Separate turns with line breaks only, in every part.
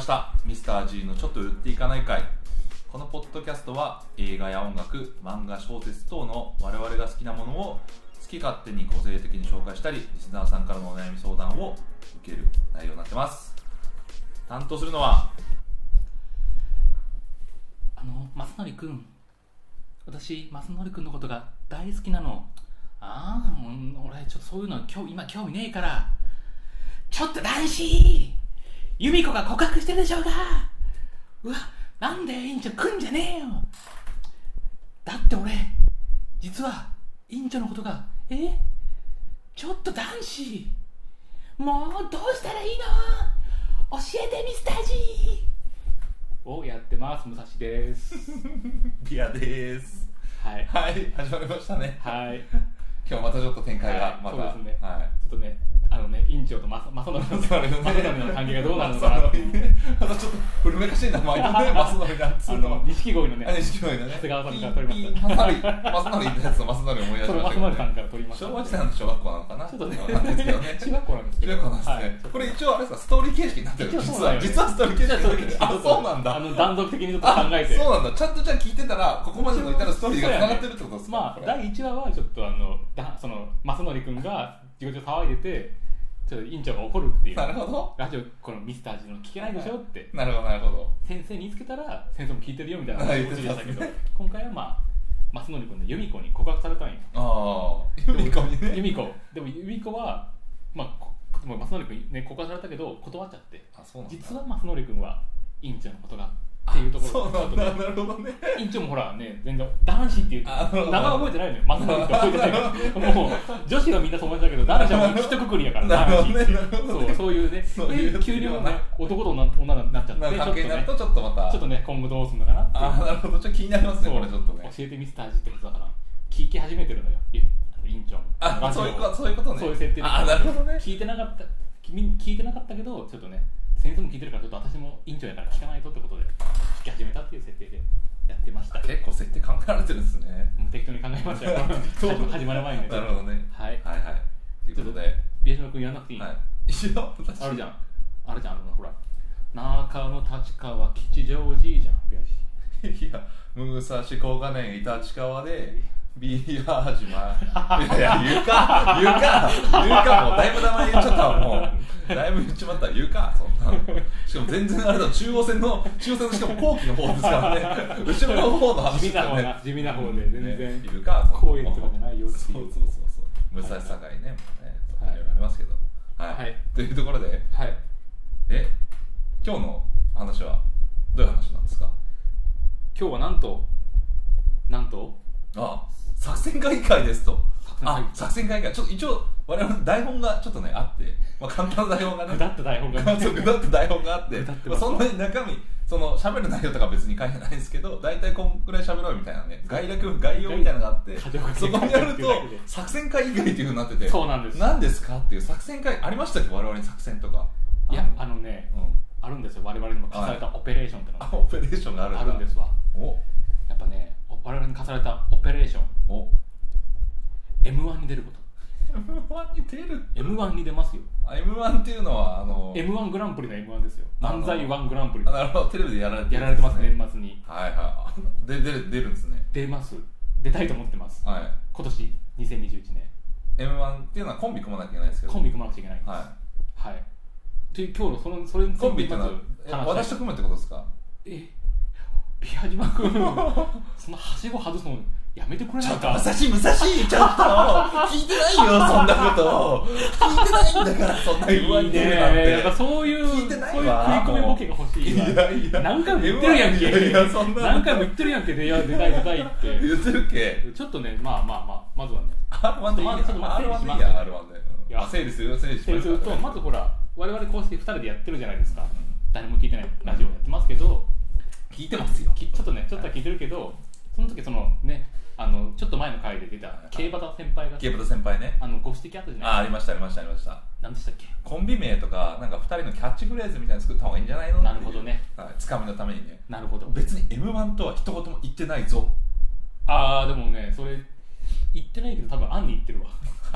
したミスター G のちょっと売っていかない会このポッドキャストは映画や音楽漫画小説等の我々が好きなものを好き勝手に個性的に紹介したりリスナーさんからのお悩み相談を受ける内容になってます担当するのは
あの、マスノリくん。私、マスノリくんのことが大好きなの。ああ、うん俺、ちょっとそういうの興味今興味ねえから。ちょっと男子由美子が告白してるでしょうがうわ、なんで委員長来んじゃねえよだって俺、実は、委員長のことが、えちょっと男子もう、どうしたらいいの教えてミスター G をやってます、武蔵です。
ビアです
はい。
はい始まりましたね
はい。
今日またちょっと展開
は
が
い
また、
そうですね
はい
ちょっとね、あのね、院長と正信の
マスノリのね
正信の関係がどうなるのかなっていう。
またちょっと古めかしい名前 だね、マスノリだっつ
あ
うの
の。錦鯉の
あれ、
ね、
錦鯉のね。
長谷川さんから取りまし
マスノリ、マスノリってやつのマスノリ思い出し
そ
ま
れ
したけ
松
ど
丸さん
ね。
から取りました。
昭和時代の小学校なのかな
ちょっとね
わかんないですけどね。
中学校なんですけ
中学
ど。
校なんです
はい
ね。これ一応あれですか、ストーリー形式になってる。
一応
実
そうなの
は、
よ
実はストーリー形式
じゃあ
に
ちょ
なってる
っとちょっ。と
あ、そうなんだ。
あの断続的にちょっと考えて。
そうなんだ。ちゃんとじゃあ聞いてたら、ここまでの至るストーリーが繋がってるってことですか
ま
こ
あ、
れ
第一話はちょっとあの、だその、正則君が事故中騒いでて、ちょっと院長が怒るっていう。
なるほど。
ラジオ、このミスタージの聞けないでしょって。
なるほど、なるほど。
先生につけたら先生も聞いてるよみたいな
はい
話でしたけど
言っ
今回はまあ正則君で由美子に告白されたんよ
ああ、ユミコに
由
ね。
美子でも由美子はまあこでも正則君ね告白されたけど断っちゃって
あ、そうなんだ。
実は正則君は院長のことがっていうとこ
そ
ろ
う
がち
な
ょっ
ん
と
だ。
ね
なるほどね。
院長もほらね全然男子っていうと
あなるほど
名前覚えてないのよ正則君って覚えてないもう女子はみんな友達だけど男子はもう一括りやから
なるほどね
男子
なるほどね
そうそういうね
そういう
で給料もね男と女女になっちゃって
なんか関係になる
ちょ
とちょっとまた。
っとね今後どうするのかなっていう
あーなるほど、ちょっと気になりますね、
そう
これちょっとね。
教えてミスタージってことだから聞き始めてるのよいやあの院長の
あ、
ラジ
そ
オを
ういうこと、そういうことね。
そういう設定で
あー、なるほどね。
聞いてなかった君に聞いてなかったけどちょっとね先生も聞いてるからちょっと私も院長やから聞かないとってことで聞き始めたっていう設定でやってました
結構設定考えられてるんですね。
もう適当に考えまし たよ
当
始ま始まる前にね
なるほどね。
はい
はいはい。ということで、はい。
ビエシマ君やらなくていい、
一応、私、
あるじゃんあるじゃんあのほら中野立川吉祥寺じゃんビエシ
いや、武蔵小金井、立川で、ビアー島。い やいや、言うか、言うか、言うか、もうだいぶ名前言っちゃったわ、もう。だいぶ言っちまった、言うか、そんな。しかも全然あれだ、中央線の、中央線のしかも後期の方です からね。後ろの方の話
地
です
味な
から
方
ね。
な地味な方で全然
いるか
公園とかじゃないよって
そう
い
そううそうそう武蔵境ねもうねそこにいろいろありますけどはい、
はい
というところで
はい
え今日の話はどういう話なんですか
今日はなんとなんと
あ作戦会議会ですと
作戦会議
あ作戦会議会ちょっと一応我々の台本がちょっとねあって、まあ、簡単な台本が
ぐ
ね
だった台本が
そうぐだって台本があって
ぐだって
ま
ま
あ、
す
そんなに中身その喋る内容とか別に書いてないんですけど大体こんくらい喋ろうみたいなね概略概要みたいなのがあって
概要
そこにあると
概要
作戦会以外っていうふうになってて
そうなんです
何ですかっていう作戦会ありましたっけ我々に作戦とか
いやあのね
うん、
あるんですよ我々にも課されたオペレーションっての
あ
が
オペレーションがあるんだ
あるんですわ
お
やっぱねお我々に課されたオペレーション
お
m 1に出ること
M1 に出る
m 1に出ますよ
あ M1 っていうのはあの
m 1グランプリの m 1ですよ
あの
漫才1グランプリ
あなるほどテレビでやられて
や
るん
られてます
で
年末に
はいはいで出る出るんですね
出ます出たいと思ってます
はい
今年2021年
M1 っていうのはコンビ組まなきゃいけないんですけど
コンビ組まなくちゃいけないんです
は
はいという今日のそのそれに
い
ついて
コンビっていうのはえ
まず話
私
し
と
たい
組むってことですか
えビアジマ 君そのはしご外すのやめてくれ
ち
な
ょ
い
っと
か
武蔵武蔵ちょっと聞いてないよそんなこと聞いてないんだからそんな言わ
い
れ
い
てる
ね
なんて
やっぱそういう
聞いてない
そういう
わ
食い込みボケが欲しいわ
いやいや
何回も言ってるやんけ
い やいやそんな
何回も言ってるやんけ出会い出たい出たいっ
言ってるっけ
てちょっとねまあまあまあまずはね
R1 でいいや
ちょっと待って
R1 でいいや R1 で
い
うん
や
あ整理するよ整理し
それ
ます
するとまずほら我々こうして2人でやってるじゃないですか誰も聞いてないラジオやってますけど
聞いてますよ
きちょっとねちょっとは聞いてるけどその時そのねあのちょっと前の回で出た競馬田先輩が
ケーブル先輩ね
あのご指摘あったじゃ
あ
ない
ありましたありましたありました
何でしたっけ
コンビ名とかなんか2人のキャッチフレーズみたいなの作った方がいいんじゃないのっていう
なるほどね
はいつかみのためにね
なるほど
別に M1 とは一言も言ってないぞ
ああでもねそれ言ってないけど多分アンに言ってる わ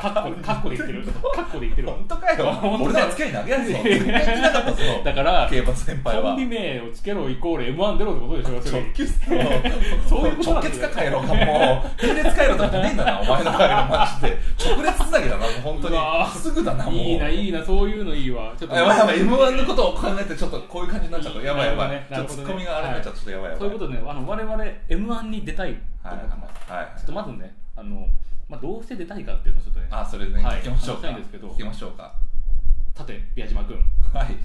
カッコでカッコで言ってるカッコで言ってるわ
本当かよ
本当だよ
俺ら付き合い長いやつよ絶対言ってなかったぞ
だから
競馬先輩
コ
は
ンビ名をつけろイコール m 1出ろってことでしょ要する
直
に
球そういうことなんだよ直結か回路かもう並列回路とかじゃねえんだなお前の回路マジで直列つなぎだなもう本当
うわー
にすぐだなもう
いいないいなそういうのいいわちょっと
やばいやばい m 1のことを考えてちょっとこういう感じになっちゃったやばいやばい、ち
な
ょ
る
っと
ほ
ツ
どね
ッコミがあれになっちゃったちょっとやばいやば
そ
いう
いうことでねあの我々 m 1に出たいと
は
思
い
って
はい
ます
はい
ちょっとまずねあの、まあ、どうして出たいかっていうのをちょっとね
あそれね、
はい
聞きましょう
話し
か
たいんですけど
聞きましょうか
さて宮島君
はい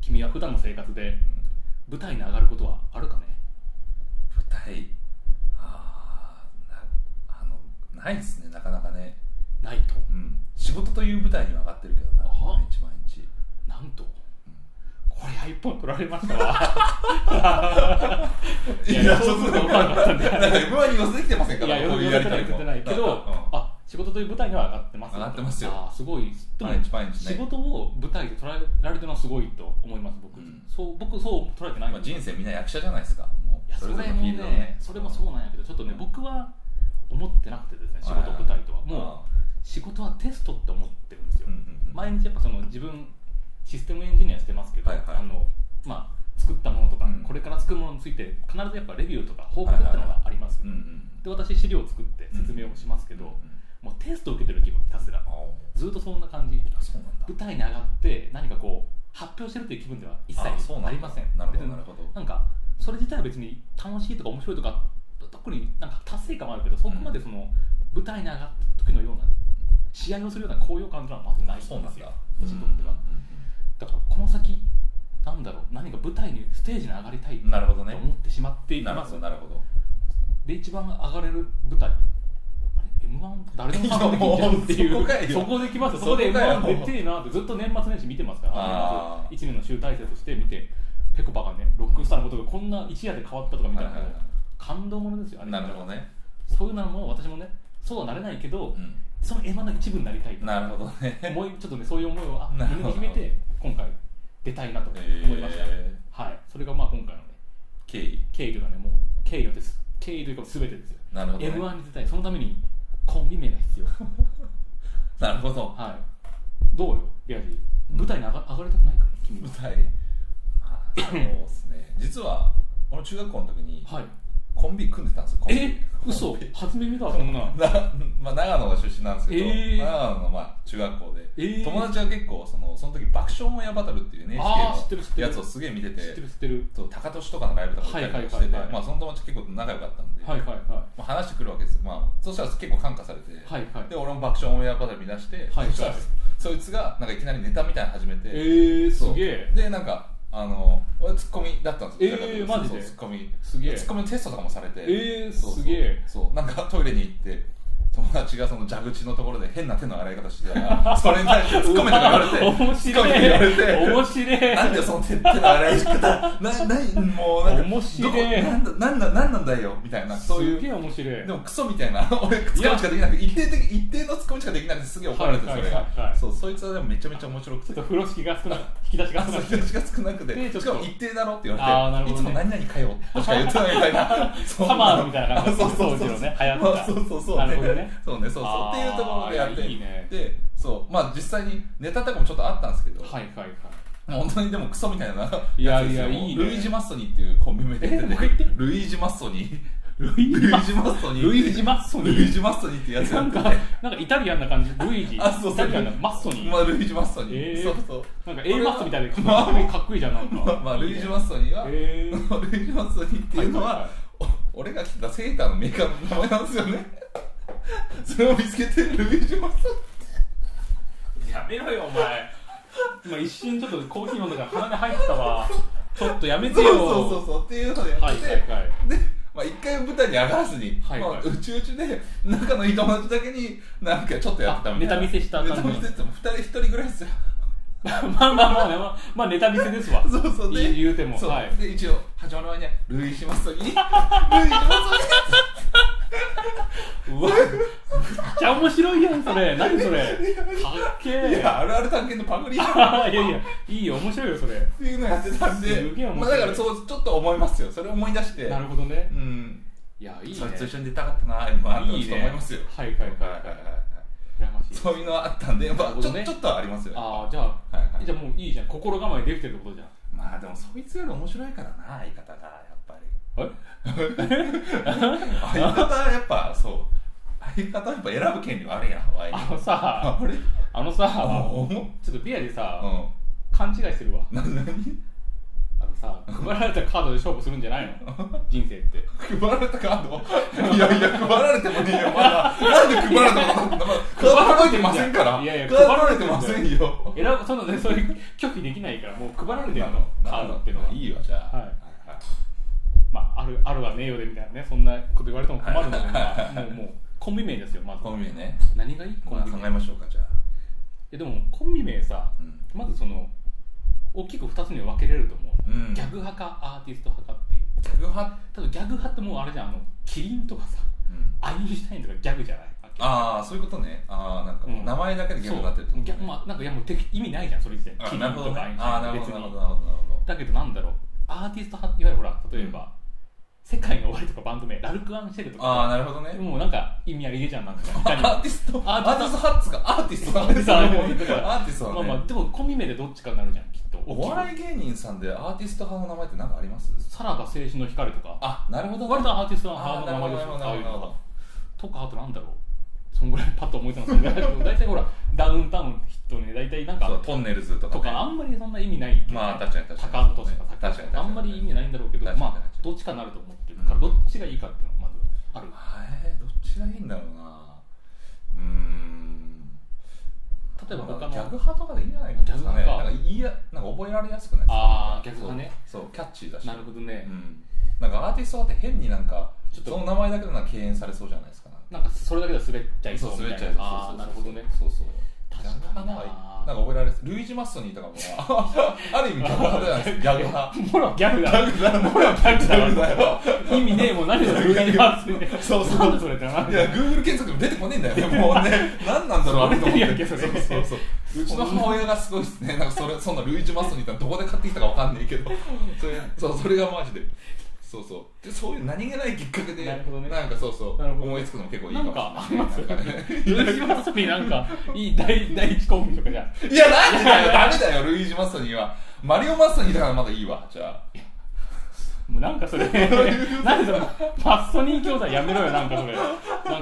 君は普段の生活で舞台に上がることはあるかね
舞台あーなあのないですねなかなかね
ないと
うん仕事という舞台には上がってるけどな
あは
毎日毎日
なんとこれは一本取られましたわいやそうすると分かんなかったんだよ
なんか M1 に寄せてきてません
い
か
や
ら
よ
こう
く
いう
言
や
わ
り
れ
とり
てない言
も
ってないけ
うん
どあ仕事という舞台には上がってます
上がってますよ
あーすごいでも
毎日毎日ね
仕事を舞台で捉えられてるのはすごいと思います僕
うん
そう僕そう捉えてない
まあ、人生みんな役者じゃないですかも
いやそれ
ぞ
も
れのフィールドの
ねそれもそうなんやけどちょっとね僕は思ってなくてですね仕事舞台とはもう仕事はテストって思ってるんですよ
うんうんうん
毎日やっぱその自分システムエンジニアしてますけど、
はいはい
あのまあ、作ったものとか、
うん
これから作るものについて必ずやっぱレビューとか報告ってのがあります、
うんうん
で私資料を作って説明をしますけど、もうテストを受けてる気分ひたすら
あー
ずっとそんな感じ
あそうなんだ
舞台に上がって何かこう発表してるという気分では一
あそうな
切
んだ
ありません
なるほど
別に
なるほど
なんかそれ自体は別に楽しいとか面白いとか特になんか達成感もあるけどそこまでその舞台に上がった時のような試合をするような高揚感というのはまずないんです
そ
よ
うなんだ
私にとっては、
うんうん
だからこの先なんだろう何か舞台にステージに上がりたい
うんなるほど
と
ね
思ってしまってい
なる
ま
ほ
す
どなるほど
で一番上がれる舞台あれ m 1誰でも参加できんじゃんってい
いやもうそこ
う
かいよ
そこできます
そ
そ
こ
こ
か
で
よ
m 1出てえなってずっと年末年始見てますから
あー
1年の集大成として見てぺこぱがねロックスターのことがこんな一夜で変わったとかみたいな
はいはいはい
感動ものですよあれ
なるほどね、
そういうのも私もねそうはなれないけど、
う
その m 1の一部になりたい
ん、なるほどね
もうちょっとねそういう思いをあ
なるほ
胸
ど
に秘めて今回出たいなと思いました、
え
はいそれがまあ今回のね
ー、経緯
経緯というかねもう経緯のです経緯というか全てですよ
なるほど、ね、
m 1に出たいそのためにコンビ名 が必要
なるほど
はいどうよリアジ舞台に上が上がりたくないか君
舞
は
台まあそうですね実は俺中学校の時に
はい
コンビ組んでたんですよコンビ
え嘘初耳だそんな
な、まあ、長野が出身なんですけど、
えー
長野のまあ中学校で、
えー
友達は結構そのその時「爆笑オンエアバトル」っていう
あー知って
NHK
る知って
の
る
やつをすげえ見てて
知ってる知ってる
そう高俊とかのライブとか行ったりとかしてて、
はいはいはいはい
まあ、その友達結構仲良かったんで、
はいはいは
まあ、話してくるわけですよ、まあ、そしたら結構感化されて、
いはいはい
で俺も爆笑オンエアバトル見出して、
はい
そしたらそいつがなんかいきなりネタみたいなの始めて、
えー、す
そう
げえ
でなんかあの俺ツッコミだったんですよ、
えー
そう
マジで
そうツッコミ
すげえ
ツッコミのテストとかもされて
えー
そうそう
すげえ
そうなんかトイレに行って友達がその蛇口のところで変な手の洗い方してた らそれに対して突っ込めとか言われて
うわ 面
突っ込めとか言わ
白
れ
い面
て
白い
なんでその手手の洗い方ななもうなんか
面白い
どこなんだなんだなんなんだよみたいなそうい
すげえ
う
面白い
でもクソみたいな 俺ツッコミしかできなくて一定的一定のツッコミしかできなくてすげえ怒られてそ
はい
れ
は
が、
いはいはい
そうそいつはでもめちゃめちゃ面白く
ちょってと風呂敷が少ない引き出しが
あ
少な
そう日
い
差しが少なく
で
て
ちょっと
しかも一定だろって言
あー
わ
な
れ
る
て
ほ
い
ど
つ
ね
も何々か よとしか言ってないみたいなそんな
サマーズみたいな感じ
あ そうそうそう
当時のね流行った
そうそうそう
なるほどね
そうねそうそう
あ
っ
ー
ていうところでやって
いやいいね
でそうまあ実際にネタとかもちょっとあったんですけど
はいはいはい
本当にでもクソみたいなやつですよ
いやいやいいね
ルイージ・マッソニーっていうコンビ名でやって
えもう一回
て
言って
ルイージ・マッソニー
ルイ
ルイージ・マッソニー
ルイージマッソニー
ルイージ・マッソニーってやつ
な
や
ん
って
か
て、
なんかイタリアンな感じ、ルイージ、イ
あそうそう
タリアンなマッソに、
まあルイージ・マッソニ
え
ー
ー
そうそう
なんか A マッソみたいで、
まあ
かっこいいじゃん、なん
まあ
か。
まあルイージ・マ
ッ
ッソニーは
えー、
ルイージ・マッソニーっていうのは、
はいはいはい
お俺が着てたセーターのメーカーの名前なんですよね それを見つけてルイージ・マッソ
やめろよ、お前。今一瞬ちょっとコーヒー飲んだから鼻に入ったわ。ちょっとやめて
そう
よ。
そうそうそうっていうのでやってて、
はいはいはい。
で、まあ、一回舞台に上がらずに、
はいはい
まあ、うちうちで仲のいい友達だけになんかちょっとやってたみたいな
あネタ見せした
ネ
感じ
タ見せっても2人1人ぐらいですよ
まあまあまあね、まあ、まあネタ見せですわ。
そうそうで
い言うても、
そう、
はい。
で一応始まる前にはルイージ・マッソニールイージ・マッソニー
うわ、めっちゃ面白いやん、それ。何それ。かっけえ。
いやあるある探検のパクリっ
いやいや、いいよ、面白いよ、それ。
ていうのやってたんです
げえ面白い
まあ、だからそうちょっと思いますよそれを思い出して
なるほどね。
うん
いやいいね
そいつと一緒に出たかったな m 1
いい
と
ね
思いますよ
はいはいはい
はいは
はい
はい
い
はい
羨ましい
そういうのはあったんで、ま
なる
あ、
ほ
ちょ
どね
ちょっとはありますよ、ね、
ああじゃあ、
はいはい
じゃあもういいじゃん心構えできてるってことじゃん
まあでもそいつより面白いからな相方がやっぱり
え
相方はやっぱそう相方はやっぱ選ぶ権利はあるやんワイン
あの さ
あれ
あのさ
あうん
ちょっとビアでさ、勘違いしてるわ
な何
あのさ配られたカードで勝負するんじゃな いの人生って
配られたカードいやいや配られてもねえよまだなんで配られたのまだカード届いてませんから
いやいや
配られてませんよ
選ぶそのねそういう拒否できないからもう配られてる
な
のカードっていうのは
なのいいわじゃあ
はい
はい
まあ、あるあるはねえよでみたいなねそんなこと言われても困 るので、まあ、もうもうコンビ名ですよまず
コンビね、
何がいいコ
まあ、
ンビ
考
名、
えましょうかじゃあ、
えでもコンビ名さ
うん
まずその大きく2つに分けれると思う、
うん
ギャグ派かアーティスト派かっていう
ギャグ派
多分ギャグ派ってもうあれじゃんあのキリンとかさ
うん
アインシュタインとかギャグじゃない
ああそういうことねああなんか
うん
名前だけでギャグになってるって
そう
こと
ギ
ね
ャまあなんかいやもう適意味ないじゃんそれ自体
あ
キリン
なるほど
と
ね
かアインシ
ああな
ュタイン
る
別
ほどなるほ
に
どなるほどなるほ
だけどなんだろうアーティスト派いわゆるほら例えば、世界が終わりとかバンド名ラルク・アンシェルと
どああ
か
なるほどね
もうなんか意味ありげじゃん なんかいか
ア
にも
ーティスト
ア
ア
ー
ー
テ
テ
ィス
ィ
ト
ストハッツかアーティストなんですよ
ア
ア
ー
ー
ティスト
ティスト
ま
は
あまあ
ね
でもコンビ名でどっちかになるじゃんきっと
お笑い芸人さんでアーティスト派の名前って何かあります
さらば青春の光とか
あなるほど
割とアーティストのハードの名前ですよ
あー
ああ
ないる
う
ほどなるほどなるほど
のがとかあとなんだろうそんぐらいパッと思いつかない ですけど大体ほらダウンタウンヒットね大体なん
そう
か
トンネルズとか
と
ね
かあんまりそんな意味ないけど
まあ確かに確かに
タカアンドとしか
確かに確かに
あんまり意味ないんだろうけど
確かに
まあ
確か
どっちかなると思ってるからどっちがいいかっていうのがまずある
えーどっちがいいんだろうなうーん
例えば他
ギャグ
の
派とかでいいんじゃないですかね
ギャグ
な
派か
んか言いやなんか覚えられやすくないですか
あーギャグ派ね
そうそうキャッチーだし
なるほどね
うんなんかアーティストだって変になんか
ちょっと
その名前だけでなんか敬遠されそうじゃないですかなんか
なんかそれだけでは滑っちゃいそう
そう
み
滑
た
っ
い
ちゃいそう
なああなるほどね
そうそう
確か
ギャ
にな
グ派はいなんか覚えられるルイージ・マストニーとかも ある意味ギャグ派じゃない ですかギャグ派
もろ ギャグだ
もうや
ギ ャグだ
だよ
意味ねえもん何それルイジマストニー
そうそう
なんだそれってない
や Google 検索も出てこねえんだよねもうね何なんだろうあれと思っ
そうあれ
て
そ
そう
れ
そうそううちの母親がすごいですねなんかそれそんなルイージ・マストニーってどこで買ってきたかわかんないけどそれそうそれがマジでそうそうでそういう何気ないきっかけで
なるほどね
んかそうそう
なるほど
思いつくのも結構いい
な
かも
んかあ
し
り
れない
ます
なん かね
ルイジマストニーなんかいい第第一コンビとかじゃん
いや、なんでだよ、ダメだよ、ルイージ・マストニーは。マリオ・マストニーだからまだいいわ、じゃあ。
もうなんかそれ なんでそのマストニー兄弟やめろよなんかそれな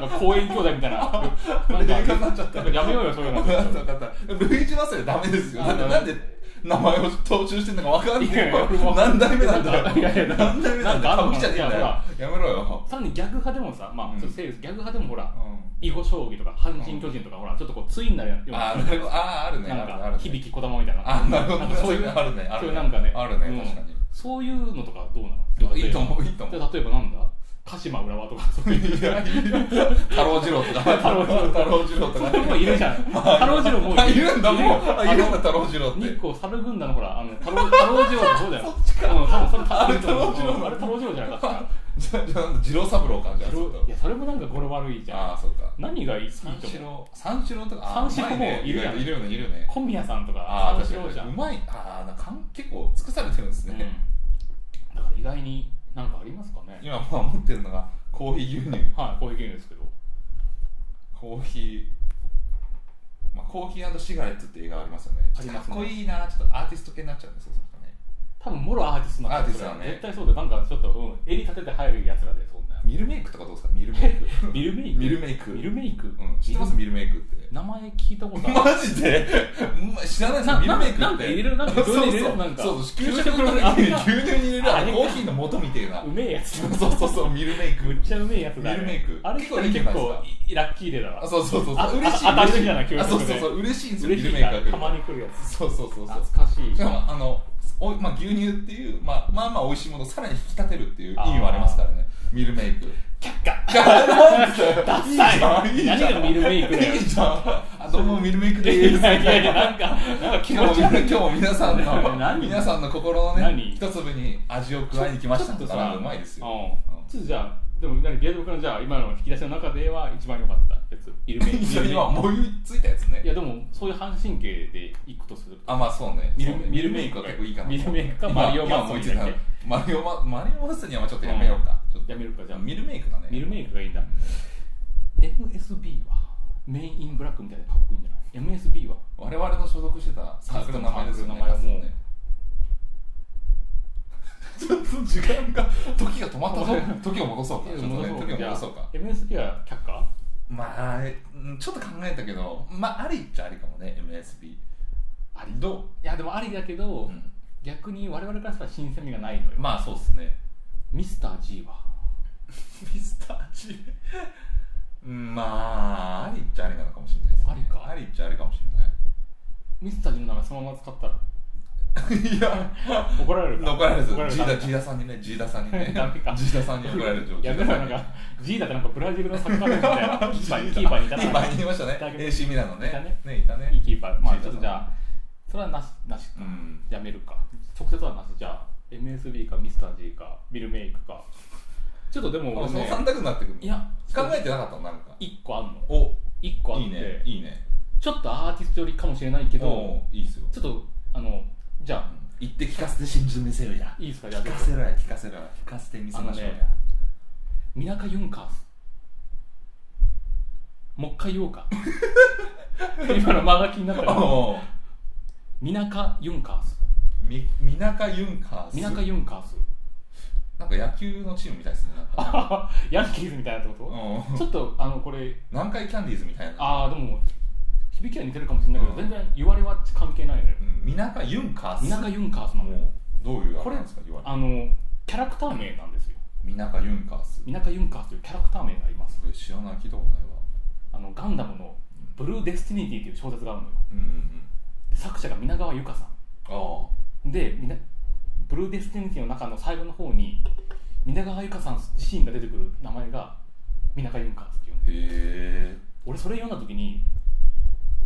んか公園兄弟みたいななんか
映画になっちゃった
なんかやめようよそ ういうの
分かった分かった。ルイージ・マストニーはダメですよ。
あ
なんで、
ダメ
なんで名前を踏襲してんのかわかんない
いやいや
よ。何代目なんだ
いやいや
よ。
なんか
何代目なんだ
な
よ。
んかあ
歌
んの
舞伎じゃねえんだよ
いや。
やめろよ。
さらにギャグ派でもさま
う
あ
ん
ちょっと整理するギャグ派でもほら
うん
囲碁将棋とか阪神巨人とかほらちょっとこう対になるよう
あ
な
ー、なるほど。あー、あるね。
な
あ
ん
るねある
か
ね。
響きこだまみたいな
あー、なるほ
ん
ど。
かそういう
あるね。あ
そ
る
うい
ね。
うなんかね
ある
うん
ね、確かに。
そういうのとかどうなの
いいと思ういいと思う
じゃあ例えばなんだ鹿島浦 和とかそういう
いや太郎次郎とか。
太郎次郎
太郎次郎とか。
もういるじゃん太郎次郎もう
あ、いるんだ、もう。あいるんだ、
あの
太郎次郎って。
日光猿軍団のほら あの太郎太郎次郎のそうだよそっちかうんそうそれ
あれ
太郎次
太郎次
郎
郎
うんあれ太郎次郎じゃなかった
じゃあ、じゃあ、なんだ、次郎三郎か。じゃあ、ちょっと
いやそれもなんか語呂悪いじゃ
あ
ん
あそうか
何がいいいいと
三四
思う
郎三四郎とか
三四郎もいるやん
いるよねいるよね
小宮さんと
あ
か
あ
三
確
四
か
郎じゃん
にう
うん
まいああなんか勘結構尽くされてるんですね、
だから意外になんかありますかね
今まあ持ってるのがコーヒー牛乳
はいこういうゲームですけど
コーヒーまあコーヒーシガレットって映画ありますよね
あります
か
ね
っこいいなちょっとアーティスト系になっちゃうんですよそうするとね
多分もろアーティストなん
アーティストだね
絶対そうでなんかちょっとうん襟立てて入るやつらでそんな
ミルメイクとかどうですかミルメイク
ミルメイク
ミルメイク
ミルメイク
うん、知ってますミルメイクって
名前聞いたことある
マジでうん知らないです
な
ミルメイクって
なんか入れるなんか牛乳入れ
そ
る
うそう
なんか
そうそう
給
給
食
食の時
のあれ
に
か
牛乳に入れるあ
あれ
の
か
コーヒーの元みたいな
うめえ やつ
そうそうそう、ミルメイク。
めっちゃうめえやつだ、ね、
ミルメイク
あれ
結
結
構
構
いいじゃないですか
いラッキーデーだ
あ
な
そうそうそう
あ
そう、嬉しい。
あ当たり前だな
嬉しい
給食
あそう
で
そうそう、嬉しいんですよ、ミ
嬉
ル
しい
メイク
な
が来る
た
と
まに来るやつ
そうそうそうそう。
懐かしい
しかも、あの、おいまあ、牛乳っていう、まあ、まあまあ美味しいものをさらに引き立てるっていう意味はありますからね、ミルメイク。
却下
ダ
ッサい
いいじゃん、いいじゃん。
何がミルメイクだよ
いいじゃん。あ、どうもミルメイク
いや
で
い
す。
やいやいやなんかなんか気
今
持
日
ち
も
悪
今
い
日も皆さんの
何
皆さんの心のね
何
一粒に味を加えに来ました
ちょっと
な
さ
うまいですよ、
うんちょっとじゃあでも何ゲート君のじゃあ今の引き出しの中では一番良かったやつですよイルメイルメ
今思いついたやつね
いやでもそういう半神経で行くとすると
あまあそうね
ミル
そうね
ミ
ミ
ル
ル
メ
メ
イ
イ
ク
ク
か
は結構いいかな
ミルメイクか
今
マリオ
今
マンソン
思いついた
だっけ
マリオママリオマンソンにはちょっとやめようか、ちょっと
やめるかじゃあ
ミルメイクだね
ミルメイクがいいんだ MSB はメイン・イン・ブラックみたいでかっこいいんじゃない MSB は
我々の所属してたサークルの名前ですよね
サークルの名前はもう
ねちょっと時間が時が止まった ぞ時を戻そうかちょっとね時を戻そうか
じゃあ MSB は却下
まあうんちょっと考えたけどまあありっちゃありかもね MSB
あり
ど
いやでもありだけど、
う、うん、
逆に我々からしたら新鮮味がないのよ、
まあそうっすね
ミスター G は
ミスター G うんまあありっちゃありなのかもしれないですね
ありか
ありっちゃありかもしれない
ミスター G の名前そのまま使ったら
いや、
怒られるか
残ら れず、ジ
怒られる
ー
か
ダ、ジーダさんにね、ジーダさんにね、ジ
ダメか
ーダさんに怒られる状況。
やめろよなんか G だってなんかブラジルのサッカ ー部みたいなキーパー
ジ
キーパーにい
ダ
たな
キーパーにいましたね
い。たけど
AC ミラノ
いた
ね
ね。
ね、いた
いい
ね。
キーパーまあ
ジーダ
ちょっとじゃあそれはなしなしか
うん。
やめるか直接はなしじゃあ MSB かミスター G かビルメイクかちょっとでも
もう
俺
その
ね
三択になってくる。
いや
考えてなかったのなんか。
1個あんの
お、
1個あって
いいね、いいね。
ちょっとアーティスト寄りかもしれないけど
おういいっすよ。
ちょっとあのじゃ
う
あ
ん言って聞かせて真珠見せるや。
いいですかじゃあ
聞かせろや、聞かせろや、聞かせて見せましょう
あ
や
のね。ミナカ・ユンカースもう一回言おうか 今の間が気になったから
おう
ミナカ・ユンカース
み、みなかユンカース。
ミナカ・ユンカース
なんか野球のチームみたいですね。なんか
ヤンキーズみたいなってこ
う
と、
ん
ちょっとあのこれ
南海キャンディーズみたいな。
ああでも響きは似てるかもしれないけど、
うん
全然言われは関係ないのよ
うんみなかユンカース。
ミナカ・ユンカースなのよ
もうどういうあ
こ
れなん
れ
ですか言われ
あのキャラクター名なんですよ
みなかユンカース
ミナカ・ユンカースというキャラクター名がいます
これ知らない聞いたことないわ
あのガンダムの「ブルー・デスティニティ」という小説があるのよ
うんうんうん
で作者が皆川由香さん
あ
でみなブルーデスティニティの中の最後の方に皆川由香さん自身が出てくる名前が皆川ユンカースっていうの
あへ
俺それ読んだ時に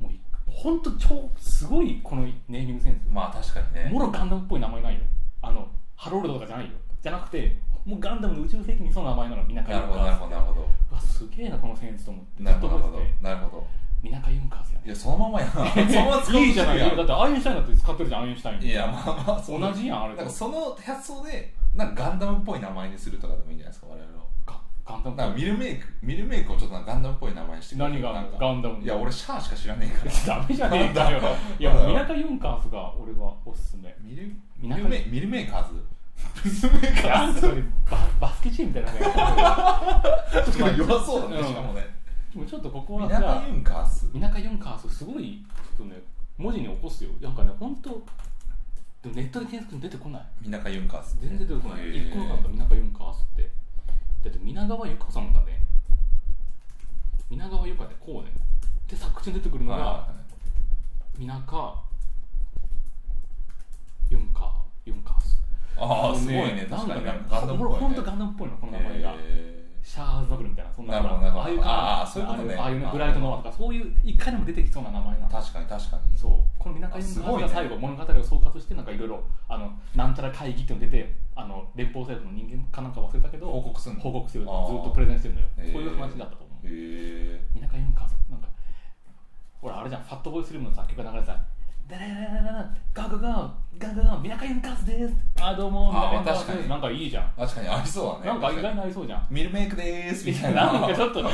もういほんと超すごいこのネーミングセン
えまあ確かに
ス
ね
もろガンダムっぽい名前ないよあのハロルドとかじゃないよじゃなくてもうガンダムの宇宙世紀にその名前なの皆
な
川
る
ユン
ほ
カ
どなるほど
ースって
なるほど
うわすげえなこのセンスと思ってず
なる
っ
ほ
と
どなるほど
覚えてて
なるほど
皆川ユンカースや
い
ね
やそのまま やん そのまま使おうとしてるやん
いいじゃないよだってアインシュタインだって使ってるじゃんアインシュタイン
いやまあまあそう
同じやんあれ
なん
と
かその発想でなんかガンダムっぽい名前にするとかでもいいんじゃないですか我々は
ガガンダム
なんかミルメイクミルメイクをちょっとなんかガンダムっぽい名前にしてくれる
何が
なんか
ガンダムの
いや俺シャアしか知らねえから
ダメじゃねえ かよ。いや、ミナカ・ユンカースが俺はおすすめ。
ミルミ
みなか
ルメミルメイカーズミルメイカ
なん
ー
か
ズ
それバ バスケチームみたいなね。
ちょっと弱そうだね、
うん
しかもね。
でもちょっとここ
ミ
はじ
ナ
ゃ
カユンカース
あ、。ミナカ・ユンカースすごい、ちょっとね、文字に起こすよ。なんかね、ほんと、でもネットで検索に出てこない。
ミナカユンカース。
全然出てこな
へ
い。
ー
一個なかった、ミナカ・ユンカースって。だって、皆川由香さんがね、皆川由香ってこうね。で、作中に出てくるのが、
は
ミナカ・ユンカー、ユンカース。
いああ、すごいね。
な
確
ん
か
か
に
ね
なんかガンダムっぽいね。
ほんとガンダムっぽいの、この名前が。
へ
シャアーズ・バブルみたいな、そんな
なるほどなるほど
ああいう感じ
ああそういうことね
ああいうね
ああ
ブライト・ノアとか、そういう、一回でも出てきそうな名前な
ー
の。
確かに確かに。
そう、このミナカ・ユンカ
あすごい
ース
ね
が最後、物語を総括して、なんかいろいろ、あの、なんちゃら会議っていうの出て、あの、連邦政府の人間かなんか忘れたけど、
報告するの
報告する。ずっ
ああ
とプレゼンしてるのよ。
へー
そういう話だったと思う。
へ
ミナカ・ユンカース、なんか、ほら、あれじゃん、ファットボーイスリムの作曲が流れてた。ダラダラダラダラガガガガガガミナカ・ユンカースですあ、どうも、ミナカ・ユンカ
あ確
ー
か
スです
に
なんかいいじゃん。
ー確かにありそうだね。
なんか意外になりそうじゃん。
ミルメイクでーすみたいな。
なんかちょっと滑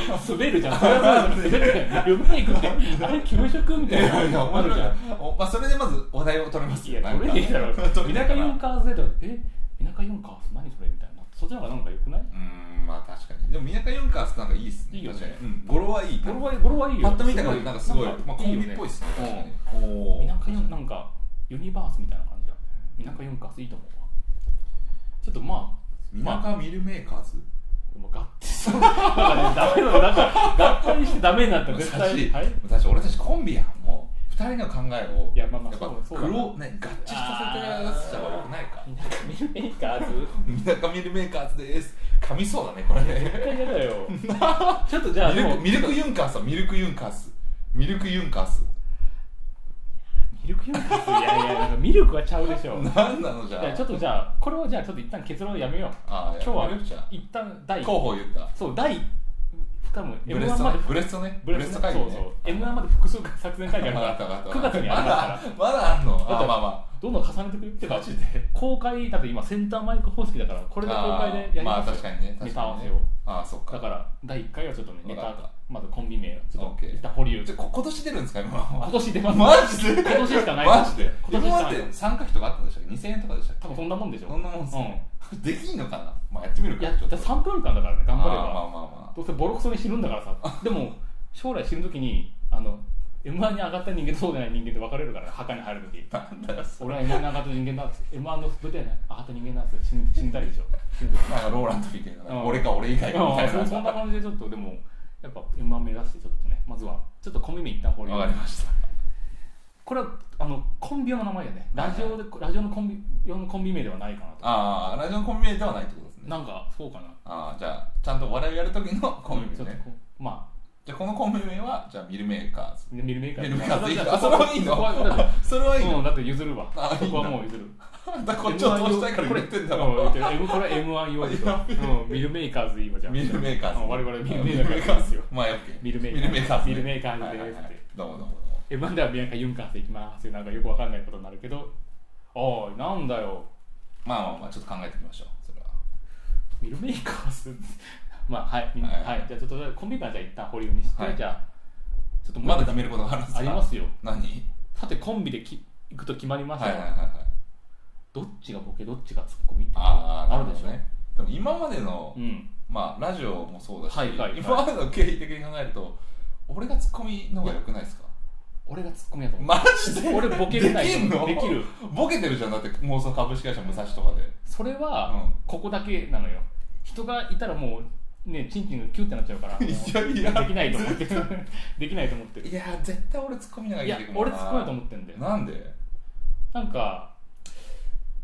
るじゃん。それは滑るじゃん。ルメイクって、あれ、給食み
い
たい
や
な。
いや、面
ある
白い
じゃん
な。おまあ、それでまずお題を取れます
い
よ。
や、取れねえだろ。
取
田
れねえか
舎ユ
な
ンカーズで、え田舎ユンカーズ何それみたいな。そっちの方がなんか良くないう
ーん、まあ確かに。でも、ミナカユンカースなんかいいっすね。
いいよね
確かにうん、語呂はいい。
語呂はいい語呂はいいよ。
パッと見た感じ、なんかすごい。まあ、コ
いい
ン
よ
ビっ
ね
ぽいっすね。確かに
う
おー
ん田舎ユン、なんか、ユニバースみたいな感じだ。田舎ユンカーズいいと思うわ。ちょっとまあ、
ミナカミルメーカーズ
もうガッてさ、なんかね、ダメなの、なんか、合体してダメになった、
武
絶
蔵
対。はい
私俺たちコンビやもう二人の考えを
いやまあまあ
やっぱ
そうそうだね
黒ね合致させてやつじゃ悪くないか
田舎ミルメーカーズ
ミナカミルメーカーズです噛みそうだねこれ
絶
ね
対嫌だよちょっとじゃあ
ミ
で
ル
も
クミルクユンカースはミルクユンカースミルクユンカース
ミルクユンカースいやいやなんかミルクはちゃうでしょい
何なのじゃ
やちょっとじゃあこれはじゃあちょっと一旦結論やめよう
ああ
今日は
ミルクちゃん
一旦第
候補言った
そう第多分
ブレス
M1
ト
ま
ね
で
ブレストね
ブレスト
会議
そう
ね
そう M1 まで複数作戦会議ある
まだ
か
まだ
ら9月にあるから
まだまだあんの
だっ
あ
て
まあま
どんどん重ねてくって
あ
か
マジで
公開だって今センターマイク方式だからこれで公開でやり
あーまあ
ますよ
確かにね
ネ
確
タ合
か
わ
に
せ
ね
を
ああそっか
だから第1回はちょっとねネ
わ
タ
かった
まずコンビ名をちょ
オ
っ
ッ
と
ケー
一旦保留
じゃあこ今年出るんですか今は
今年出ます
マジで
今年しかない
マジで
今
今
年しか
ま
ない
で参加費とかあったんでしたっけ2000円とかでしたっけ
多分そんなもんでしょ
そんなもんっすね、できんのかなまあやってみる
うん
か
いやだって3分間だからね頑張れば
あーまあまあま
どうせボロクソに死ぬんだからさでも将来死ぬ時にあの m 1に上がった人間とそうじゃない人間と分かれるから墓に入る時
あなんだよそれ
俺は m 1に上がった人間なんです m 1の舞台に上がった人間なんですよ死ん死んだり でしょ死ぬ時
なんかローランドみたいな、
うん
俺か俺以外かみたい
そ
な
うそんな感じでちょっとでもやっぱ m 1目指してちょっとねまずはちょっとコンビ名一旦保留
わかりました
これはあのコンビ用の名前だよねラジオでラジオのコンビ用のコンビ名ではないかなと
ああラジオのコンビニではないってことですね
なんかそうかな
ああじゃあちゃんと我々やる時のコンビ
ちょ
名
っと
ね
こうまあ
じゃあこのコンビ名はじゃあミルメーカーズ
ミルメーカー
ミルメーカーズでいい
だ
の
から
あそれはいいの
そこはだって
それはいいの
うん、だって譲るわ。
あ
そこは
いんだ
いもう譲る。
だからこっちを通したいから言ってんだ
う
ろ
言ってる M これ M1 用 でしょ。うん、ミルメーカーズでいいわじゃあ。
ミルメーカーズ
うん我々ミル
ミ
メ
ルメ
ー
ーカ
カー
ー
ズです
ズ
よ
よ。まあやっけ
ミルメーカ
ミ
ー
ルメーカーズね
ミルメーカーズです
はいはいはい
って
どうもどうもどうも
M1 ではなんかユンカーズで行きますよ。なんかよくわかんないことになるけど、おい、なんだよ。
まあまあまあちょっと考えていきましょうそれは
ミルメーカーズ。 まあはい、みんな
はい
はい。じゃあちょっとコンビ名はじゃあ一旦保留にして、
はい
じゃあ、ちょっともう
まだ決めることがあるんですか
ありますよ。
何はい
さて、コンビでき行くと決まりました
はい
よ、
はいはい
どっちがボケ、どっちがツッコミって
ああ
あ
な
る
る
で
ほ
しょ。
どねでも今までの
うん。
まあラジオもそうだし、
はいはいはい
今までの経緯的に考えると俺がツッコミの方が良くないですか
俺がツッコミやと思う。
マジで
俺ボケれない
できんの
できる
ボケてるじゃんだって妄想株式会社武蔵とかで
それ
うん
はここだけなのよ人がいたらもうねチンチンがキュッてなっちゃうからもう
いやいや
できないと思って るできないと思ってる
いやー絶対俺ツッコミの方が
い
いい
や
と思う
俺
な
ツッコミだと思ってんだよ
なんで
なんか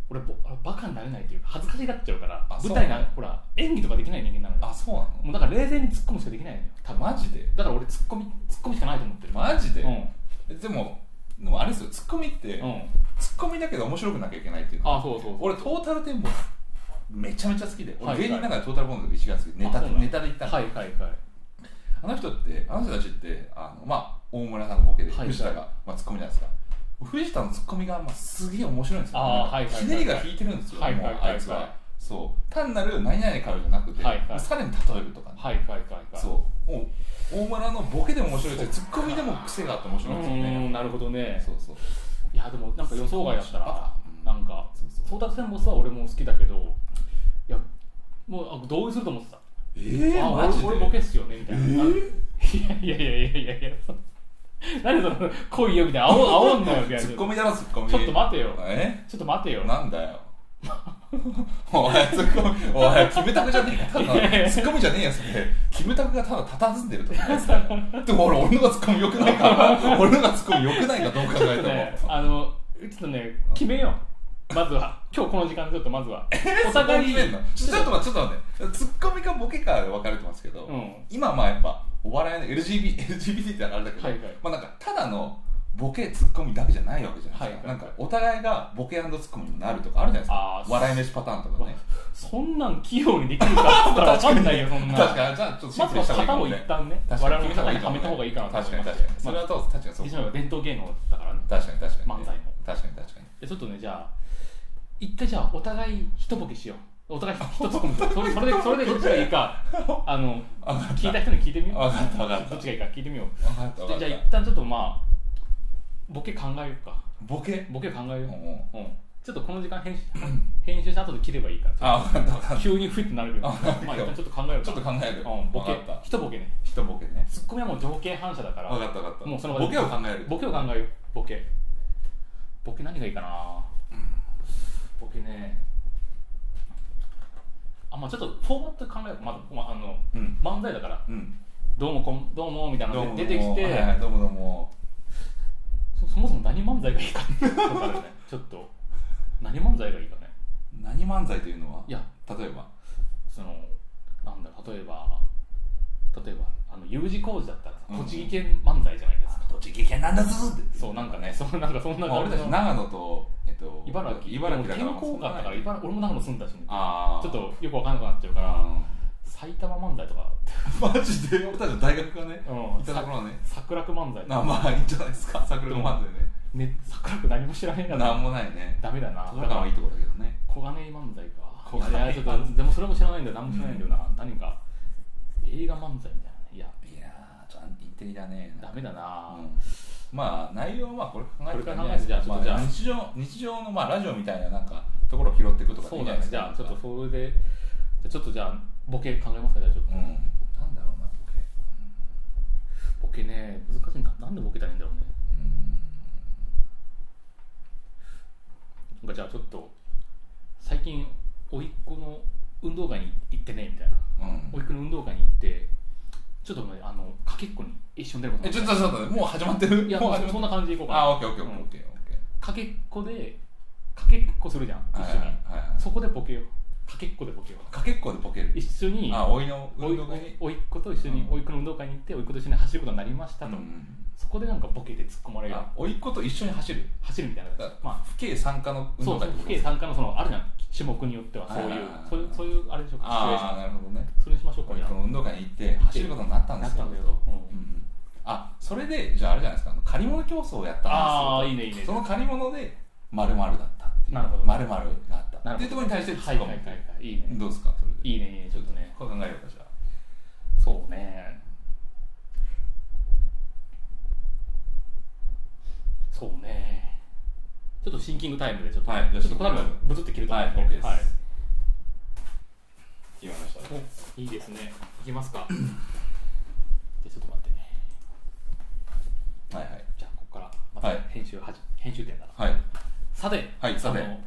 俺ぼ俺バカになれないっていうか恥ずかしがっちゃうから
あそう
舞台なほら演技とかできない人間なの
あ
よ
そうな
もうだから冷静に突っ込むしかできないのよ多
の
分
マジで
だから俺突っ込み突っ込みしかないと思ってる
マジで、
うん
でもでもあれですよツッコミって、
うん
ツッコミだけど面白くなきゃいけないっていうの
あそうそうそう
俺トータルテンポめちゃめちゃ好きで、
はいは
俺芸
い
人の中でトータルボンドが一番好きネ
あ
タ
そうなんだ
ネタで言ったの、
はいはいはい
あの人ってあの人たちってあの、まあ、大村さんのボケで
はい
藤田が、まあ、ツッコミじゃないですか藤田のツッコミが、まあ、すげえ面白いんですよ、
あーはいはいはい
ひねりが効いてるんですよ、
はいはいはい
もうあいつ
はい
はそう単なる何々からじゃなくて、
はいはい
さらに例えるとかね、
はいはいはいはい
そうもう大村のボケでも面白いしツッコミでも癖があって面白いんですよ
う
ね
んなるほどね
そうそう
いやでもなんか予想外だったら
うん
なんか
そうそう
争奪戦ボスは俺も好きだけどいやもうあ同意すると思ってた
え
「あ俺俺ボケっすよね」みたいな、いやいやいやいやいやいや何その来いよみたいなあおあおんのよみたいな
ツ
ち
ッ
ょ
コミだろツッコミ
っと待てよ
え
ちょっと待てよ
なんだよお前ツッコミお前キムタクじゃねえかただツッコミじゃねえやそれキムタクがただ佇んでると思うやつだよでも俺俺のがツッコミよくないか俺のがツッコミよくないかどう考
ちょっと
え
ね
ても
あのちょっとね決めようまずは今日この時間ちょっとまずはお互い
ツッコミ決めんのちょちょっと待ってちょっと待ってツッコミかボケかで分かれてますけど、
うん
今まあやっぱお笑いの LGBT, LGBT ってあれだけど、
はいはい
まあなんかただのボケツッコミだけじゃないわけじゃないですか、
はいはい
なんかお互いがボケツッコミになるとかあるじゃないです
あ
か
ー
笑い飯パターンとかね
そんなん器用にできるかっつったら分かんないよそんな
確かにじゃあちょっとシ
ま
ンプ
ず
ル
は
にした方がいいかも
型を
ね
一旦ね我
確か
々
に
の
決めた方がい
型に
い
はめた方がいいかなと思
確
い
かに
ま
確
す
かにそれはどう確かにそう
一番伝統芸能だからね
確かに確かに
漫才も
確かに確かに
でちょっとねじゃあ一回じゃあお互い一ボケしようお互い一つコミそれそれでそれでどっちがいいかあの
あ分かった
聞いた人に聞いてみよう
わかったわかった
どっちがいいか聞いてみよう
分かった分かった
じゃあ一旦ちょっとまあボケ考えようか
ボケ
ボケ考え
う
よ
ん
う、うん、ちょっとこの時間編集 編集した後で切ればいいから
あ分かった分かっ
急にフイってなるけど
あわかった
まあ一旦ちょっと考え
た
ようか
ちょっと考える
うん、ボ
分
ケ
かった
一ボケね
一ボケね
ツッコミはもう条件反射だから
分かった分かった
もうその場で
ボケを考える
ボケを考えようボケボケ何がいいかなボケねあまあちょっとフォーマット考えようまず、まあ、あの
うん
漫才だから
うん
どうもこんどうもみたいな
どう
の
も
で出てきて、
はいはいどうもどうも
そそもそも何漫才がいいかとかねちょっと何漫才がいいかね
何漫才というのはい
や
例えば
そのなんだろう例えば例えばあの U 字工事だったらさ
うん
栃木県漫才じゃないですか、
栃木県なんだぞって
そうなんかねそうなんかそんな
まあ
感
俺
じ
たち
の
長野とえっと
茨城
茨城だから
でも天候があったから茨俺も長野住んだしね
ああ
ちょっとよくわかんなくなっちゃうから
あ
最埼玉漫才とか、
マジで俺たちの大学がね、
う
いたところはね、
桜区漫才と
まあ
か、
まあいいんじゃないですか、桜の漫才ね。
ね、桜区何も知らないから、
なんもないね。
ダメだな。
図書館はいいとこだけどね。
小金井漫才か
小金井
いやちょっとでもそれも知らないんだよ何も知らないんだよな、何か映画漫才みたいないや
いやー、ちょっとインテリだね。
ダメだな、
うんまあ内容はまあこれ考えて
これから考えてじゃあちょっとじゃあ
ま日常日常のまあラジオみたいななんかところを拾っていくとかでい
そ
い
うん
じゃな
だ
い
ね
です
じ
か
ゃあちょっとそれでじゃあちょっとじゃあボケ考えますかじゃあちょっと、
うんなんだろうなボケ
ボケね難しいななんでボケたらいいんだろうねなんかじゃあちょっと最近甥っ子の運動会に行ってねみたいな
うん、うん
甥っ子の運動会に行ってちょっとねあのかけっこに一緒に出ること
え
に
ち
な
ょ
っ
っとちょっともう始まってる
たいや
もう
も
始
うそん
まっ
な感じでいこう
て
か
る
な
あオッケーオッケーオッケーオッケー
かけっこでかけっこするじゃん一緒
はい
に、
はいはいはい
そこでボケようかけっこでボケよう
かけっこでボケる
一緒に
あおいの
お
運
い
動会に
おいっ子と一緒に
うん
おいっ子の運動会に行っておいっ子と一緒に走ることになりました
う
と、
ん
そこでなんかボケて突っ込まれる
あおいっ子と一緒に走る
走るみたいな
だ
まあ
不敬参加の運
そ
動
う
会
そ
っ
う
てこと
計参加のそのあるじゃん種目によってはそう
はい
い
は
う
いはいはい
そういうそういうあれでしょうかシチュエーシ
ああ
ョン
なるほどね
それにしましょうか
おい
じ
っ
ゃ
子の運動会に行って走ることになった
あ
んで
なっ
す
た
よ
んだよと、うん
うんうんあそれでじゃああれじゃないですかあの借り物競争をやったんですよ
ああいいねいいね
その借り物で〇〇だったっていう
なるほど
〇〇があった
な
っ
るほど
ていうところに対して突っ
はい
込
はい
む、
はいはいいいね
どうですかそれで
いいねいいねちょっとね
これ考えようかじゃ
そうねそうねちょっとシンキングタイムでちょっと、
はいじゃあ
ちょっとこの
シンキングタイム
ブツって切ると思うん
はい OK です
はい、
あ決まりました
おいいですねいきますかじゃあちょっと待ってね
はいはい
じゃあここからまた
はい
編集はじ、編集点だな
はい
さて,、
はいさて
あの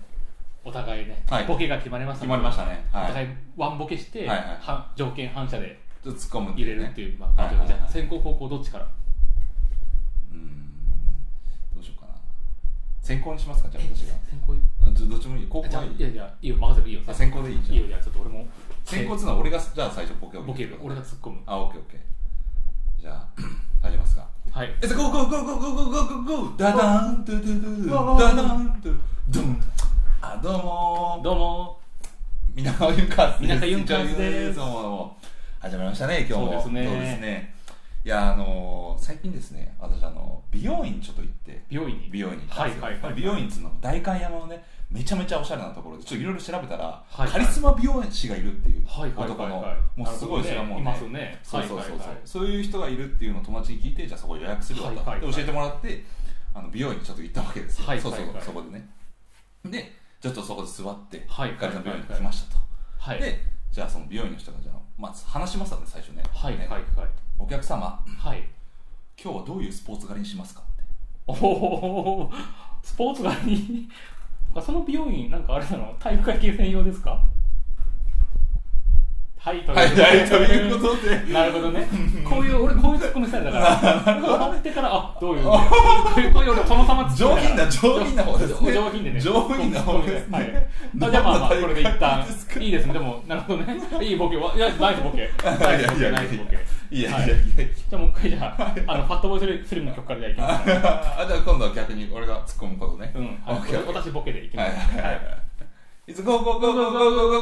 お互いね、
はい
ボケが決まりました
決
ね
まりましたね
お
はい
互いワンボケして、
はいはい
は条件反射で
ちょっと突っ込む
入れるって
いうね
いう、まあ
はいはいはい
じゃあ先攻後攻どっちから
うーんどうしようかな先行にしますかじゃあ私が
先行
あちょどっちもいいよ高校
じゃあ
はい
い
い
やいやいいよ任せるいいよ
あ先行でいいじゃん
いいよいやちょっと俺も
先行っつうのは俺がじゃあ最初ボケを
ボケる俺が突っ込む
あオッケーオッケーじゃあ始めますか
はい
え、ゴーゴーゴーゴーゴーゴーゴーゴーダダンドゥドゥドゥダダンドゥドゥンあ、どうも
どうも
ーみなかゆんかす
みなかゆんかすです
どうもどうも始まりましたね、今日も
そうですね
そうですねいや、あのー、最近ですね、私あの美容院ちょっと行って
美容院に
美容院に行ったんですよ、
はいはいはい
美容院っつうのも代官山のねめちゃめちゃおしゃれなところでちょっといろいろ調べたら、
はいはい
カリスマ美容師がいるっていう男の、
はいはいはいはい
もうすごいそれはもうね
なるほどねいます
そうそ
よね
うそうそう、
はいはいはい
そういう人がいるっていうのを友達に聞いてじゃあそこ予約するわと、
はいはいはい
で教えてもらってあの美容院にちょっと行ったわけですよ、
はいはい
そ
は
う
い
そうそこでねでちょっとそこで座って、
はいはい
カリスマ美容院に来ましたと、
はい
でじゃあその美容院の人がじゃあ、まあ、話しますよね最初ね,、
はいは
ね
いはい
お客様
はい
今日はどういうスポーツ狩りにしますかって
おおスポーツが にその美容院なんかあれなの体育会系専用ですかはいと
はい、はい、ということで
なるほどね。 こういう、俺、こういうツッコミスタイルだから、笑ってから、あどういう、こういう、こういう俺、殿様ツッ
上
コミ
品
だ
な
から
上品な方ですね
上品でね。
上品な方です
はい
ね
あじゃあまあまあ、こ
どんな
れで一旦
大会ですか、
いいですね。でも、なるほどね。いいボケは、いや、ナイスボケ。ナイスボケ、ナイスボケ。
いや
はいい
やいやい
じゃあもう一回、じゃあ、あの、ファットボーイスリスリムの曲からじゃあいきますね。
やあじゃあ今度は逆に俺が突っ込むことね
うん。は
オ
い
ッケーオッケー
私、ボケでいきま
はい
す。
はいはいはいいつゴーゴーゴーゴーゴー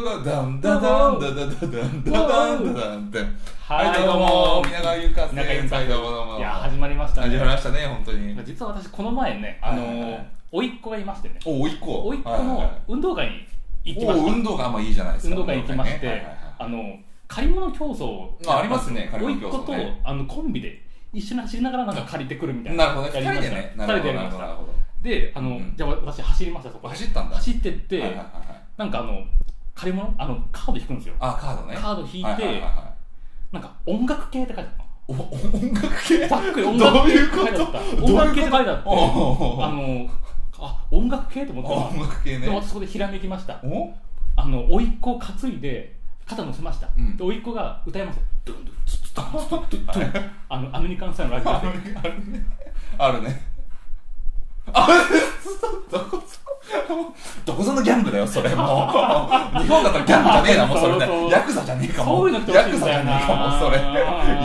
ゴーゴーダンダダンダダダダンダダンダダンダン
はい
はいどうも皆川優香
皆川
です
優香
はいどうもどうも
いや、始まりましたね。
始まりましたね本当に
実は私、この前ね、あの
はいはいは
ー
い、
甥っ子がいましてね。
おお一個
甥っ子
はいはい
の運動会に行きま
はい
し
お
た
運動があんまいいじゃないですか
運動会に行きま
は
し
いはい
て
はい
あの借り物競争を
あありますね借
甥
り
っ
物
子
競
と
争ね
あのコンビで一緒に走りながらなんか借りてくるみたい
な
な
るほどね
やりま
二人
し
で
た
ね
二
なる
人
ほ
で
ど
やり
なる
ま
ほどな
し
る
た
ほ
であの、
うん
じゃあ私走りましたそ
ど
こ
走ったんだ
走ってって、
はいはいはいはい
なんかあの借り物あのカード引くんですよ
あカードね
カード引いて
はははは
なんか音楽系って書いて あっ
お音楽系
たざっくり音楽系って書いてあった
どういうこと
音楽系って書いてあって
おうおうおう
あのあ音楽系と思って
音楽系
でも
ね
私そこでひらめきました
お
あの甥っ子を担いで肩乗せました、
うん
で甥っ子が歌いますドゥンドゥンツッツッタンツッツッタンツッあのアメリカンスタイルのラ
あ
ジオで
るねあるねあれどこどこぞのギャングだよそれもう日本だったらギャングじゃねえなもうそれ
そうそ
ね
う
ヤクザじゃねえかも
そういうのって欲
ヤ
し
ク
いん
ザじゃ
だよな
ねえかもそれ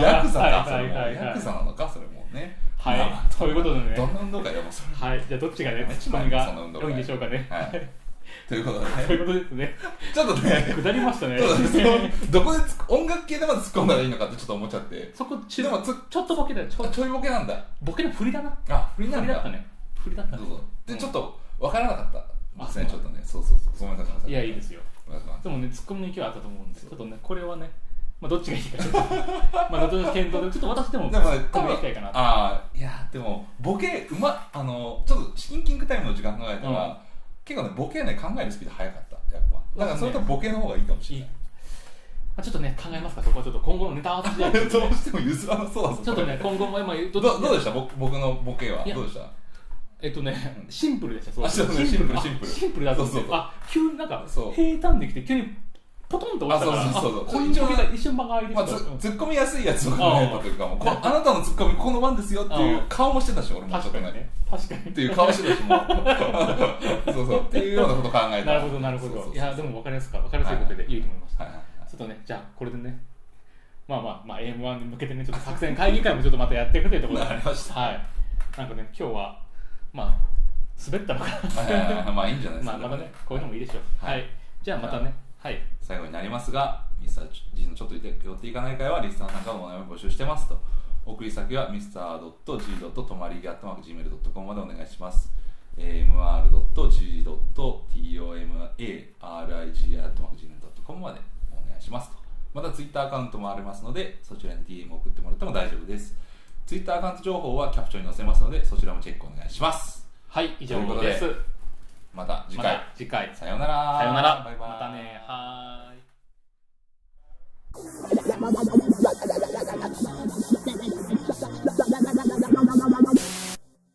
ヤクザかそれ
はい
も
はいはいはい
ヤクザなのかそれもね
はい
まあまあ
ということでね
どんな運動会だよもうそれ
はいじゃあどっちがね
一
ツッコ
番
ミが
その運動会
多いんでしょうかね
はいということで
そう
ね
いうことですね。
ちょっとね
下りましたね
ちょっ。とねそのどこで突っ音楽系でまず突っ込んだらいいのかってちょっと思っちゃって
そこち
で
ょ
もつ
ちょっとボケだよ。ち
あ
ょ
ちょいボケなんだ
ボケの振りだな。
あ振りな
振
んだ
りだったね。振りだった
ど
ね
う。ぞで、
うん
ちょっと分からなかったですね
あ
ちょっとねそうそうそうごめんなさいごめんなさい
いや、いいですよ。
お願いします
でもね、ツッコミの勢いはあったと思うんですちょっとね、これはね、まあ、どっちがいいかち ょっと、まあ、どっちが検討で、ちょっと私でも、
でもね
ツッコミ
多
がい
分
いかなと。
ああいやでもボケうまあのちょっとシンキングタイムの時間考えたら、
うん
結構ねボケね考えるスピード早かったやっぱだからそれと
そうね
ボケの方がいいかもしれない
いあちょっとね、考えますか、そこはちょっと今後のネタ合わせ次第ち
どうしても譲らな そうだぞ
ょっとね、今後も、まあ、
ど
ど
どうでした僕僕のボケはい
や
どうでした
えっとね、シンプルでした、すごく
あそうねシ
あ
ンプルシンプル
シンプルだと思って
そうそうそう
あ、急になんか、
そう
平坦できて、急にポトンと終わったから、
あそうそうそうそう
あこういう状況が一瞬間が空いてき
ま
た
あ、
か
ツ
らうん
ッコみやすいやつを考えたというかもうこあなたのツッコミこの番ですよっていう
あ
顔もしてたし俺もちょっ
確
と
か
ね
にね、確かに。
っていう 顔してたしもうそうそうっていうようなこと考えた
なるほど、なるほ
そうそうそ
ど。
う
いや、でも分かりやすか、分かりやすいことでいいと思いました。
はいはいはい
ちょっとね、じゃあ、これでね、まあまあ、まあ、M1 に向けてね、ちょっと作戦会議会もちょっとまたやっていくというところで、
わかりました
はい。なんかね、今日は、まあ、滑ったのか
はいはいはいまあいいんじゃないです
ま
か
あ、またね、こういうのもいいでしょう。
は
はいい。じゃあ、またね、はい。
最後になりますが、ミスター G のちょっと寄っていかない会は、リスナーさんからのお悩みを募集してますと。送り先は mr.g.tomari.gmail.com までお願いします。えー mr.g.tomarig.gmail.com までお願いしますと。またツイッターアカウントもありますので、そちらに DM を送ってもらっても大丈夫です。ツイッターアカウント情報はキャプチョンに載せますので、そちらもチェックお願いします。
はい、以上
ということで
です。
また次
ま
回、
た次回。さ
さようなら。
ようなら。
バイバイ
またね、はーい。